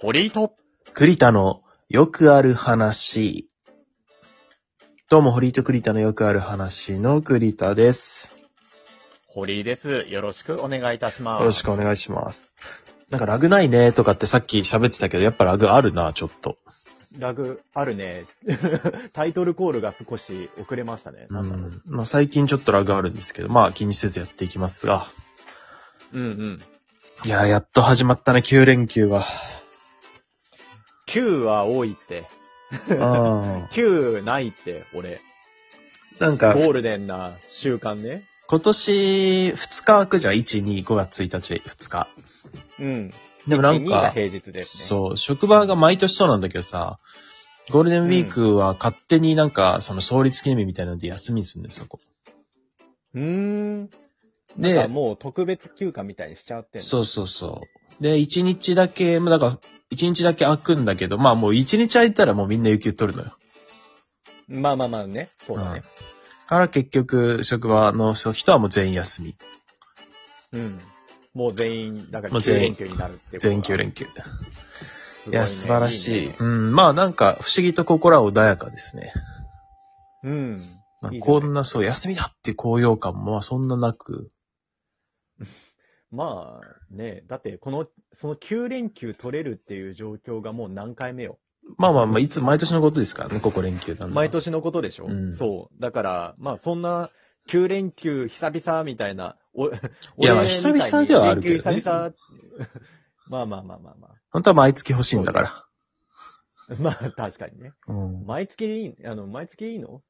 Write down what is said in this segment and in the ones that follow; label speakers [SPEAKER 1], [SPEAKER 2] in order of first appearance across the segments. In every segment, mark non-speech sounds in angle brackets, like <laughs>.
[SPEAKER 1] 堀井と、
[SPEAKER 2] 栗田のよくある話。どうも、堀井と栗田のよくある話の栗田です。
[SPEAKER 1] 堀井です。よろしくお願いいたします。
[SPEAKER 2] よろしくお願いします。なんかラグないねとかってさっき喋ってたけど、やっぱラグあるな、ちょっと。
[SPEAKER 1] ラグ、あるね。 <laughs> タイトルコールが少し遅れましたね。
[SPEAKER 2] う
[SPEAKER 1] なんだろ
[SPEAKER 2] ん。まあ最近ちょっとラグあるんですけど、まあ気にせずやっていきますが。
[SPEAKER 1] ううんうん。
[SPEAKER 2] いやー、やっと始まったね、9連休は。
[SPEAKER 1] 9は多いって。
[SPEAKER 2] うん。
[SPEAKER 1] 9ないって、俺。
[SPEAKER 2] なん
[SPEAKER 1] ゴ
[SPEAKER 2] か、
[SPEAKER 1] ールデンな習慣ね。
[SPEAKER 2] 今年2日空くじゃん、1、2、5月1日、2日。
[SPEAKER 1] うん。
[SPEAKER 2] でもなん
[SPEAKER 1] 2が
[SPEAKER 2] か、
[SPEAKER 1] 平日ですね。
[SPEAKER 2] そう、職場が毎年そうなんだけどさ、ゴールデンウィークは勝手になんか、その創立記念日みたいなので休みにするんだよ、そこ。
[SPEAKER 1] う。うーん。なんか
[SPEAKER 2] で、
[SPEAKER 1] もう特別休暇みたいにしちゃってんの
[SPEAKER 2] そうそうそう。で、一日だけ、まあだから、一日だけ開くんだけど、まあもう一日空いたらもうみんな有給取るのよ。
[SPEAKER 1] まあまあまあね。そうだね。
[SPEAKER 2] から結局、職場の人はもう全員休み。
[SPEAKER 1] うん。もう全員、だから
[SPEAKER 2] もう
[SPEAKER 1] 9
[SPEAKER 2] 全員
[SPEAKER 1] 連休になるってことだ。
[SPEAKER 2] 全9連休。
[SPEAKER 1] すご
[SPEAKER 2] い
[SPEAKER 1] ね
[SPEAKER 2] や、素晴らしい。
[SPEAKER 1] ね
[SPEAKER 2] うん、まあなんか、不思議と心は穏やかですね。
[SPEAKER 1] うん。
[SPEAKER 2] まあ
[SPEAKER 1] いいじゃない
[SPEAKER 2] こんな、そう、休みだっていう高揚感もまあそんななく、
[SPEAKER 1] まあね、だってこの、その9連休取れるっていう状況がもう何回目よ。
[SPEAKER 2] まあまあまあ、いつ、毎年のことですからね、ここ連休なんで。
[SPEAKER 1] 毎年のことでしょ、
[SPEAKER 2] うん
[SPEAKER 1] そう。だから、まあそんな9連休久々みたいな、お、い
[SPEAKER 2] やまあ久々ではあるけどね
[SPEAKER 1] 連休久々、 <laughs> まあまあまあまあま
[SPEAKER 2] 本当は毎月欲しいんだから。
[SPEAKER 1] あ。まあ確かにね。
[SPEAKER 2] うん。
[SPEAKER 1] 毎月いい、あの、毎月いいの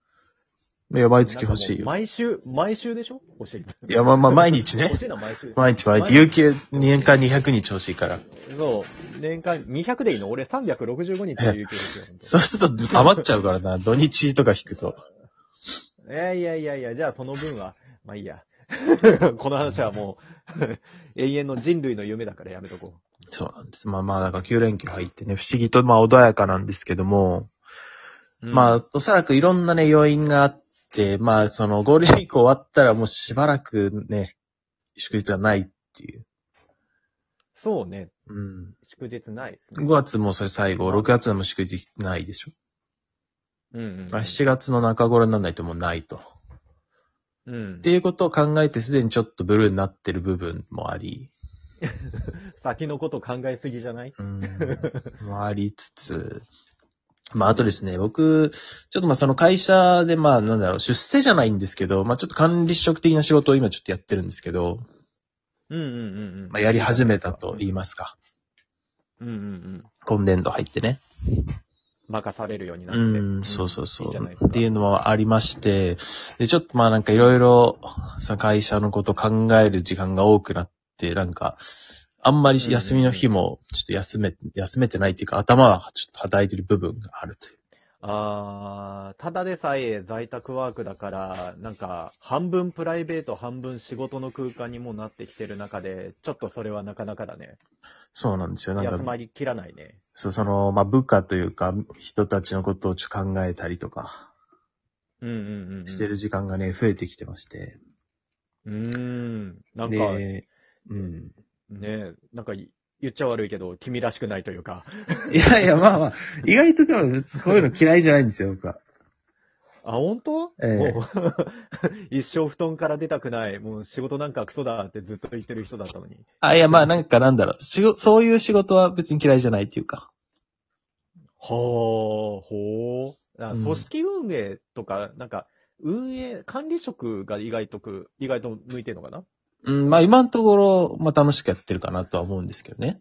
[SPEAKER 2] いや、毎月欲しい
[SPEAKER 1] なんかもう
[SPEAKER 2] よ。
[SPEAKER 1] 毎週、毎週でしょ欲しい。
[SPEAKER 2] いや、まあまあ、毎日ね
[SPEAKER 1] 欲。しいのは毎週。
[SPEAKER 2] 毎日毎日。有給年間200日欲しいから。
[SPEAKER 1] そう。年間200でいいの俺365日の有給ですよ。
[SPEAKER 2] <laughs>
[SPEAKER 1] 本当
[SPEAKER 2] そうすると余っちゃうか
[SPEAKER 1] <laughs>
[SPEAKER 2] らな、土日とか引くと。
[SPEAKER 1] いやいやいやいや、じゃあその分は、まあいいや。 <laughs> この話はもう、永遠の人類の夢だからやめとこ
[SPEAKER 2] そうなんです。まあまあ、だから9連休入ってね、不思議とまあ穏やかなんですけども、
[SPEAKER 1] う。
[SPEAKER 2] まあ、おそらくいろんなね、要因があって、まあ、そのゴールデンウィーク終わったらもうしばらくね、祝日がないっていう。
[SPEAKER 1] そうね。
[SPEAKER 2] うん。
[SPEAKER 1] 祝日ないです
[SPEAKER 2] 5
[SPEAKER 1] ね。
[SPEAKER 2] 月もそれ最後、6月も祝日ないでしょ。
[SPEAKER 1] うんうん。
[SPEAKER 2] まあ7月の中頃にならないともうないと。
[SPEAKER 1] うん
[SPEAKER 2] って。いうことを考えてすでにちょっとブルーになってる部分もあり、
[SPEAKER 1] 先のこと考えすぎじゃない
[SPEAKER 2] うん、もありつつ、まああとですね、僕、ちょっとまあその会社でまあなんだろう、出世じゃないんですけど、まあちょっと管理職的な仕事を今ちょっとやってるんですけど、
[SPEAKER 1] うんうんうんうん。
[SPEAKER 2] まあやり始めたと言いますか。
[SPEAKER 1] うんうんうん。
[SPEAKER 2] 今年度入ってね。
[SPEAKER 1] 任されるようになっ
[SPEAKER 2] う
[SPEAKER 1] て。
[SPEAKER 2] ん、そうそうそ。
[SPEAKER 1] いいじゃないうですか
[SPEAKER 2] っていうのはありまして、で、ちょっとまあなんかいろいろ、その会社のこと考える時間が多くなって、なんか、あんまり休みの日も、ちょっと休め、休めてないっていうか、頭がちょっと働いてる部分があるという。
[SPEAKER 1] あーただでさえ在宅ワークだから、なんか、半分プライベート、半分仕事の空間にもなってきてる中で、ちょっとそれはなかなかだね。
[SPEAKER 2] そうなんですよ。なん
[SPEAKER 1] 休
[SPEAKER 2] か、
[SPEAKER 1] まりきらないね。
[SPEAKER 2] そう、その、まあ部下というか、人たちのことをちょっと考えたりとか、
[SPEAKER 1] うんうんうんうん。
[SPEAKER 2] してる時間がね、増えてきてまして。
[SPEAKER 1] うーん。なんか、ね
[SPEAKER 2] で、うん。
[SPEAKER 1] なんか言っちゃ悪いけど、君らしくないというか。
[SPEAKER 2] いやいや、まあまあ、意外とでも別にこういうの嫌いじゃないんですよ、僕は。
[SPEAKER 1] あ、本当
[SPEAKER 2] ええ
[SPEAKER 1] もう <laughs> 一生布団から出たくない。もう仕事なんかクソだってずっと言ってる人だったのに。
[SPEAKER 2] あ、いや、まあなんかなんだろう。仕事、そういう仕事は別に嫌いじゃないっていうか。
[SPEAKER 1] ほー、ほー。あ
[SPEAKER 2] うん
[SPEAKER 1] 組織運営とか、なんか、運営、管理職が意外とく、意外と向いてるのかな
[SPEAKER 2] うん、まあ今のところ、まあ楽しくやってるかなとは思うんですけどね。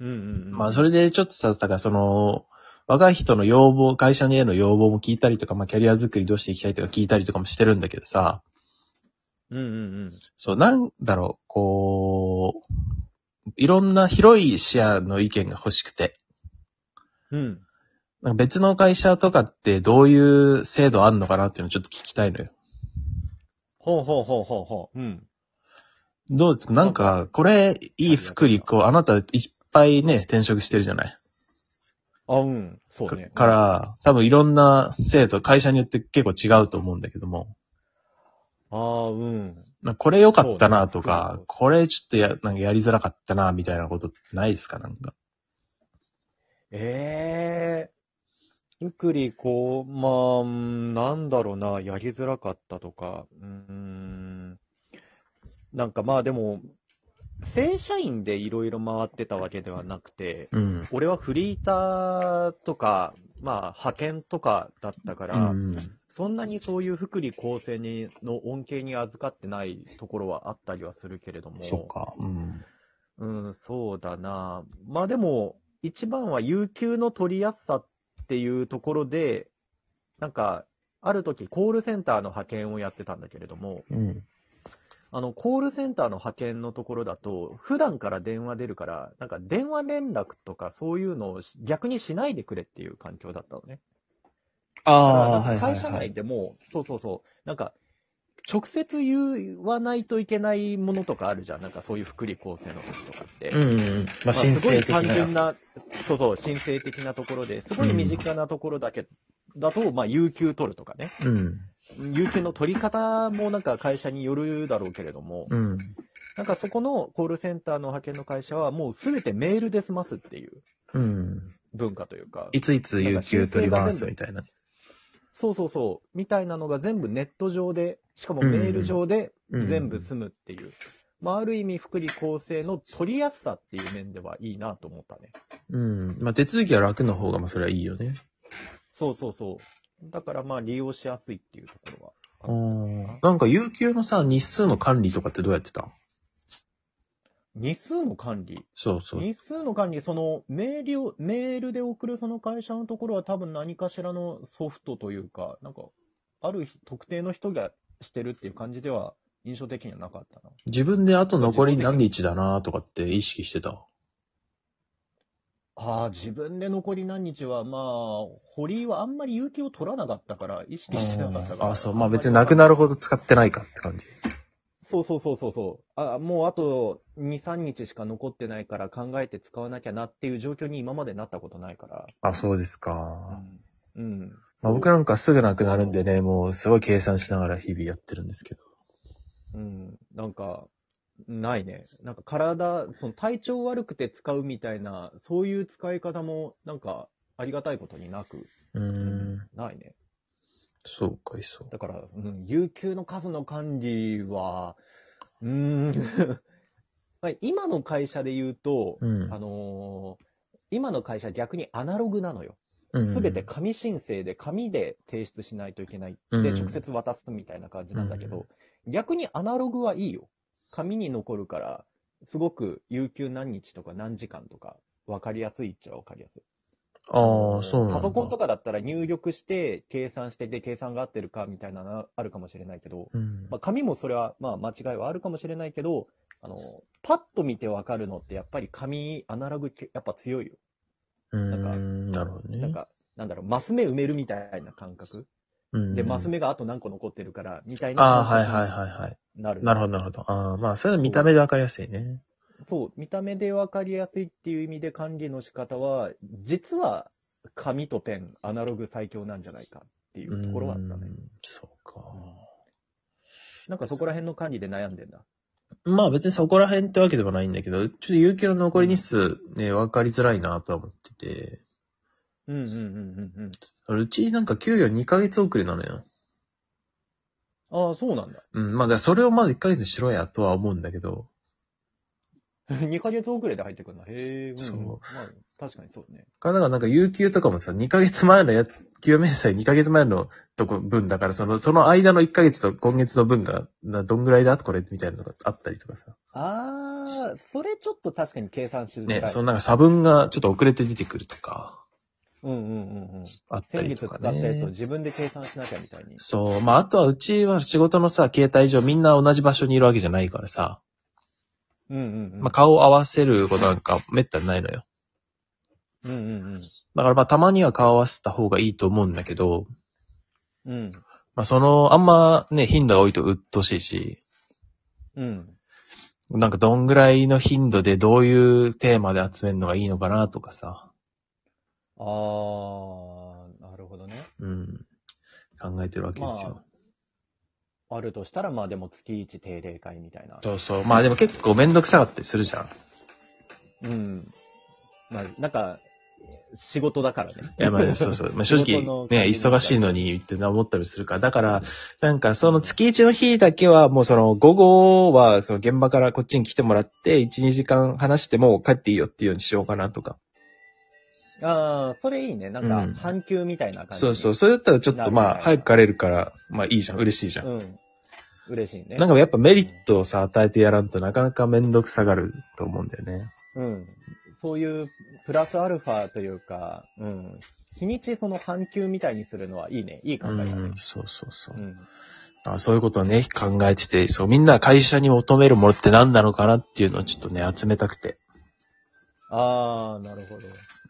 [SPEAKER 1] うんうんうん。
[SPEAKER 2] まあそれでちょっとさ、だからその、若い人の要望、会社への要望も聞いたりとか、まあキャリア作りどうしていきたいとか聞いたりとかもしてるんだけどさ、
[SPEAKER 1] うんうん
[SPEAKER 2] そう、なんだろう、こう、いろんな広い視野の意見が欲しくて、
[SPEAKER 1] うん。うん。
[SPEAKER 2] なんか別の会社とかってどういう制度あんのかなっていうのをちょっと聞きたいのよ。
[SPEAKER 1] ほうほうほうほうほう。うん。
[SPEAKER 2] どうですかなんか、これ、いい福利、こう、あなたいっぱいね、転職してるじゃない。
[SPEAKER 1] あ、うん。そう
[SPEAKER 2] か
[SPEAKER 1] ね。
[SPEAKER 2] から、多分いろんな制度、会社によって結構違うと思うんだけども、
[SPEAKER 1] ああ、うん。
[SPEAKER 2] なんかこれ良かったなと
[SPEAKER 1] そう
[SPEAKER 2] か
[SPEAKER 1] ね、
[SPEAKER 2] これちょっとや、なんかやりづらかったな、みたいなことないですかなんか。
[SPEAKER 1] ええゆくりこう、まあうん、なんだろうな、やりづらかったとか、うーん、なんかまあでも、正社員でいろいろ回ってたわけではなくて、
[SPEAKER 2] うん。
[SPEAKER 1] 俺はフリーターとか、まあ派遣とかだったか
[SPEAKER 2] う
[SPEAKER 1] ら、
[SPEAKER 2] ん。
[SPEAKER 1] そんなにそういう福利厚生にの恩恵に預かってないところはあったりはするけれども、
[SPEAKER 2] そっか。うん。
[SPEAKER 1] うん、そうだな。まあでも、一番は有給の取りやすさっていうところで、なんか、ある時コールセンターの派遣をやってたんだけれども、
[SPEAKER 2] うん。
[SPEAKER 1] あの、コールセンターの派遣のところだと、普段から電話出るから、なんか電話連絡とかそういうのをし逆にしないでくれっていう環境だったのね。だ
[SPEAKER 2] あ
[SPEAKER 1] から
[SPEAKER 2] あ、
[SPEAKER 1] な
[SPEAKER 2] は
[SPEAKER 1] ん
[SPEAKER 2] い
[SPEAKER 1] か
[SPEAKER 2] はい、
[SPEAKER 1] 会社
[SPEAKER 2] は
[SPEAKER 1] 内
[SPEAKER 2] い。
[SPEAKER 1] でも、そうそうそう、なんか、直接言わないといけないものとかあるじゃん。なんかそういう福利厚生の時とかって。
[SPEAKER 2] うんうん。まあ、
[SPEAKER 1] まあ
[SPEAKER 2] 申
[SPEAKER 1] すご
[SPEAKER 2] 請
[SPEAKER 1] い
[SPEAKER 2] 的
[SPEAKER 1] 単純
[SPEAKER 2] な。
[SPEAKER 1] な、そうそう、神聖的なところで、すごい身近なところだけ、だと、まあ、有給取るとかね。
[SPEAKER 2] うん。
[SPEAKER 1] 有給の取り方もなんか会社によるだろうけれども、
[SPEAKER 2] うん。
[SPEAKER 1] なんかそこのコールセンターの派遣の会社は、もうすべてメールで済ますっていう
[SPEAKER 2] うん。
[SPEAKER 1] 文化というか、
[SPEAKER 2] いついつ有給取りますみたいな。
[SPEAKER 1] そうそうそう、みたいなのが全部ネット上で、しかもメール上で
[SPEAKER 2] うん
[SPEAKER 1] 全部済むっていう。まあ、ある意味、福利厚生の取りやすさっていう面ではいいなと思ったね。
[SPEAKER 2] うん。まあ、手続きは楽の方が、まあ、それはいいよね。
[SPEAKER 1] そうそうそう。だからまあ利用しやすいっていうところは。
[SPEAKER 2] ああ。なんか、有給のさ、日数の管理とかってどうやってた
[SPEAKER 1] 日数の管理。
[SPEAKER 2] そうそう。
[SPEAKER 1] 日数の管理、そのメールを、メールで送るその会社のところは多分何かしらのソフトというか、なんか、ある日特定の人がしてるっていう感じでは印象的にはなかったな。
[SPEAKER 2] 自分であと残り何日だなとかって意識してた。
[SPEAKER 1] ああ、自分で残り何日は、まあ、堀井はあんまり有給を取らなかったから、意識してなかったから。
[SPEAKER 2] あ、そう。まあ別になくな
[SPEAKER 1] る。
[SPEAKER 2] るほど使ってないかって感じ。
[SPEAKER 1] そうそうそうそうそう。あ、もうあと2、3日しか残ってないから考えて使わなきゃなっていう状況に今までなったことないから。
[SPEAKER 2] あ、そうですか。
[SPEAKER 1] うん。
[SPEAKER 2] まあ、僕なんかすぐなくなるんでね、もうすごい計算しながら日々やってるんですけど。
[SPEAKER 1] うん。なんか、ないね。なんか体、その体調悪くて使うみたいな、そういう使い方も、なんか、ありがたいことになく、
[SPEAKER 2] うーん。
[SPEAKER 1] ないね。
[SPEAKER 2] そうか、いそう。
[SPEAKER 1] だから、うん、有給の数の管理は、うーん。 <laughs> まあ今の会社で言うと、
[SPEAKER 2] うん
[SPEAKER 1] あのー今の会社逆にアナログなのよ。
[SPEAKER 2] うん
[SPEAKER 1] すべて紙申請で、紙で提出しないといけない。
[SPEAKER 2] うん
[SPEAKER 1] で、直接渡すみたいな感じなんだけど、逆にアナログはいいよ。紙に残るから、すごく有給何日とか何時間とか、わかりやすいっちゃわかりやすい。
[SPEAKER 2] ああ、そうなんだ。
[SPEAKER 1] パソコンとかだったら入力して、計算して、で、計算が合ってるかみたいなのあるかもしれないけど、
[SPEAKER 2] うん。
[SPEAKER 1] まあ、紙もそれは、まあ、間違いはあるかもしれないけど、あの、パッと見てわかるのって、やっぱり紙、アナログ、やっぱ強いよ。
[SPEAKER 2] うー
[SPEAKER 1] なんか
[SPEAKER 2] ん、なるほどね。
[SPEAKER 1] なんか、なんだろう、マス目埋めるみたいな感覚。
[SPEAKER 2] うん、
[SPEAKER 1] で、マス目があと何個残ってるから、みたいな。
[SPEAKER 2] ああ、はいはいはいはい。
[SPEAKER 1] なる。
[SPEAKER 2] なるほど、なるほど。ああ、まあ、それは見た目でわかりやすいね。
[SPEAKER 1] そう、見た目で分かりやすいっていう意味で管理の仕方は、実は紙とペン、アナログ最強なんじゃないかっていうところはあった
[SPEAKER 2] う
[SPEAKER 1] ね
[SPEAKER 2] ん。。そうか。
[SPEAKER 1] なんかそこら辺の管理で悩んでんだ。
[SPEAKER 2] まあ別にそこら辺ってわけではないんだけど、ちょっと有給の残り日数ね、わかりづらいなとは思ってて、
[SPEAKER 1] うんうんうんうんうん。
[SPEAKER 2] うちなんか給料2ヶ月遅れなのよ。
[SPEAKER 1] ああ、そうなんだ。 <laughs>
[SPEAKER 2] うん、まあだからそれをまず1ヶ月にしろやとは思うんだけど、
[SPEAKER 1] 2ヶ月遅れで入ってくるんだ。へえ、ん
[SPEAKER 2] そう
[SPEAKER 1] まあ、確かにそうね。
[SPEAKER 2] だからなんか有給とかもさ、2ヶ月前のや、給与明細2ヶ月前のとこ分だから、その、その間の1ヶ月と今月の分が、などんぐらいだこれみたいなのがあったりとかさ。
[SPEAKER 1] ああ、それちょっと確かに計算しづらい。
[SPEAKER 2] ね、そのなんか差分がちょっと遅れて出てくるとか、
[SPEAKER 1] うんうんうんうん。
[SPEAKER 2] あった
[SPEAKER 1] 先
[SPEAKER 2] り
[SPEAKER 1] 月
[SPEAKER 2] と
[SPEAKER 1] 使っ
[SPEAKER 2] か
[SPEAKER 1] たやつを
[SPEAKER 2] ね。
[SPEAKER 1] 自分で計算しなきゃみたいに。
[SPEAKER 2] そう、まああとはうちは仕事のさ、携帯上みんな同じ場所にいるわけじゃないからさ、
[SPEAKER 1] うんうんうん。
[SPEAKER 2] まあ顔を合わせることなんかめったにないのよ。
[SPEAKER 1] うんうん
[SPEAKER 2] だからまあたまには顔を合わせた方がいいと思うんだけど、
[SPEAKER 1] うん。うん。
[SPEAKER 2] まあその、あんまね、頻度が多いと鬱陶しいし、
[SPEAKER 1] うん。
[SPEAKER 2] なんかどんぐらいの頻度でどういうテーマで集めるのがいいのかなとかさ、
[SPEAKER 1] あー、なるほどね。
[SPEAKER 2] うん。考えてるわけですよ。
[SPEAKER 1] あるとしたら、まあでも月一定例会みたいな。
[SPEAKER 2] そうそう。まあでも結構めんどくさかったりするじゃん。
[SPEAKER 1] うん。まあ、なんか、仕事だからね。
[SPEAKER 2] いや、まあ、そうそう。まあ、正
[SPEAKER 1] <laughs>
[SPEAKER 2] 直、ね、忙しいのにって思ったりするから。だから、なんか、その月一の日だけは、もうその、午後は、その現場からこっちに来てもらって、1、2時間話してもう帰っていいよっていうようにしようかなとか。
[SPEAKER 1] ああ、それいいね。なん
[SPEAKER 2] うん
[SPEAKER 1] か、半休みたいな感じ、
[SPEAKER 2] そうそう。それだったらちょっと、
[SPEAKER 1] なる
[SPEAKER 2] ま
[SPEAKER 1] ほ
[SPEAKER 2] あ、
[SPEAKER 1] ど
[SPEAKER 2] 早く帰れるから、まあいいじゃん。嬉しいじゃん。
[SPEAKER 1] うん。嬉しいね。
[SPEAKER 2] なんかやっぱメリットをさ、与えてやらんとなかなかめんどくさがると思うんだよね。
[SPEAKER 1] うん。そういう、プラスアルファというか、うん。日にちその半休みたいにするのはいいね。いいう考えだね
[SPEAKER 2] ん、。そうそうそうう。
[SPEAKER 1] ん。
[SPEAKER 2] あそういうことをね、考えてて、そう、みんな会社に求めるものって何なのかなっていうのをちょっとね、集めたくて。
[SPEAKER 1] ああ、なるほど。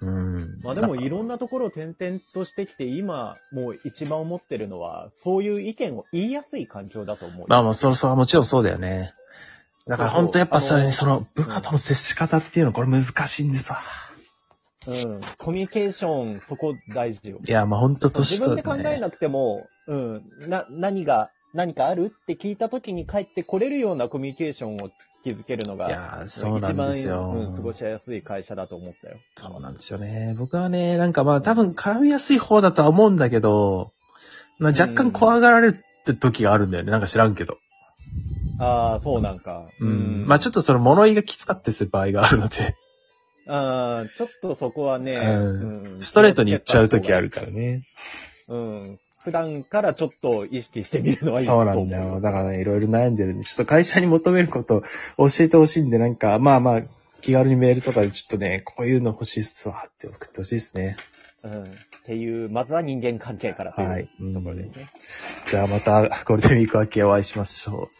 [SPEAKER 2] うん。
[SPEAKER 1] まあでもいろんなところを転々としてきて、今、もう一番思ってるのは、そういう意見を言いやすい環境だと思う。
[SPEAKER 2] まあまあ、そろそろもちろんそうだよね。だから本当やっぱ
[SPEAKER 1] そう
[SPEAKER 2] さ、
[SPEAKER 1] そうあの
[SPEAKER 2] その部下との接し方っていうのこれ難しいんですわ。
[SPEAKER 1] うん。コミュニケーション、そこ大事よ。
[SPEAKER 2] いや、まあ本当年
[SPEAKER 1] 自
[SPEAKER 2] と
[SPEAKER 1] 分
[SPEAKER 2] ね
[SPEAKER 1] で考えなくても、うん。な、何が、何かあるって聞いた時に帰ってこれるようなコミュニケーションを築けるの
[SPEAKER 2] い
[SPEAKER 1] が、
[SPEAKER 2] や、そうなんですよ。
[SPEAKER 1] 一番、うん、過ごしやすい会社だと思ったよ。
[SPEAKER 2] そうなんですよね。僕はね、なんかまあ多分絡みやすい方だとは思うんだけど、まあ若干怖がられるって時があるんだよね。なんか知らんけど。
[SPEAKER 1] ああ、そうなんか。
[SPEAKER 2] うん。まあちょっとその物言いがきつかったりする場合があるので、
[SPEAKER 1] と。ああ、ちょっとそこはね、
[SPEAKER 2] うん
[SPEAKER 1] うん
[SPEAKER 2] ストレートに言っちゃう時あるからね。
[SPEAKER 1] うん。普段からちょっと意識してみるのはいいと
[SPEAKER 2] そう
[SPEAKER 1] 思う。
[SPEAKER 2] なんだよ。だからね、いろいろ悩んでるんで、ちょっと会社に求めることを教えてほしいんで、なんか、まあまあ、気軽にメールとかでちょっとね、こういうの欲しいっすわって送ってほしいですね。
[SPEAKER 1] うん。っていう、まずは人間関係からという
[SPEAKER 2] はい。うん
[SPEAKER 1] ところですね。
[SPEAKER 2] じゃあまたゴールデンウィーク明けお会いしましょう。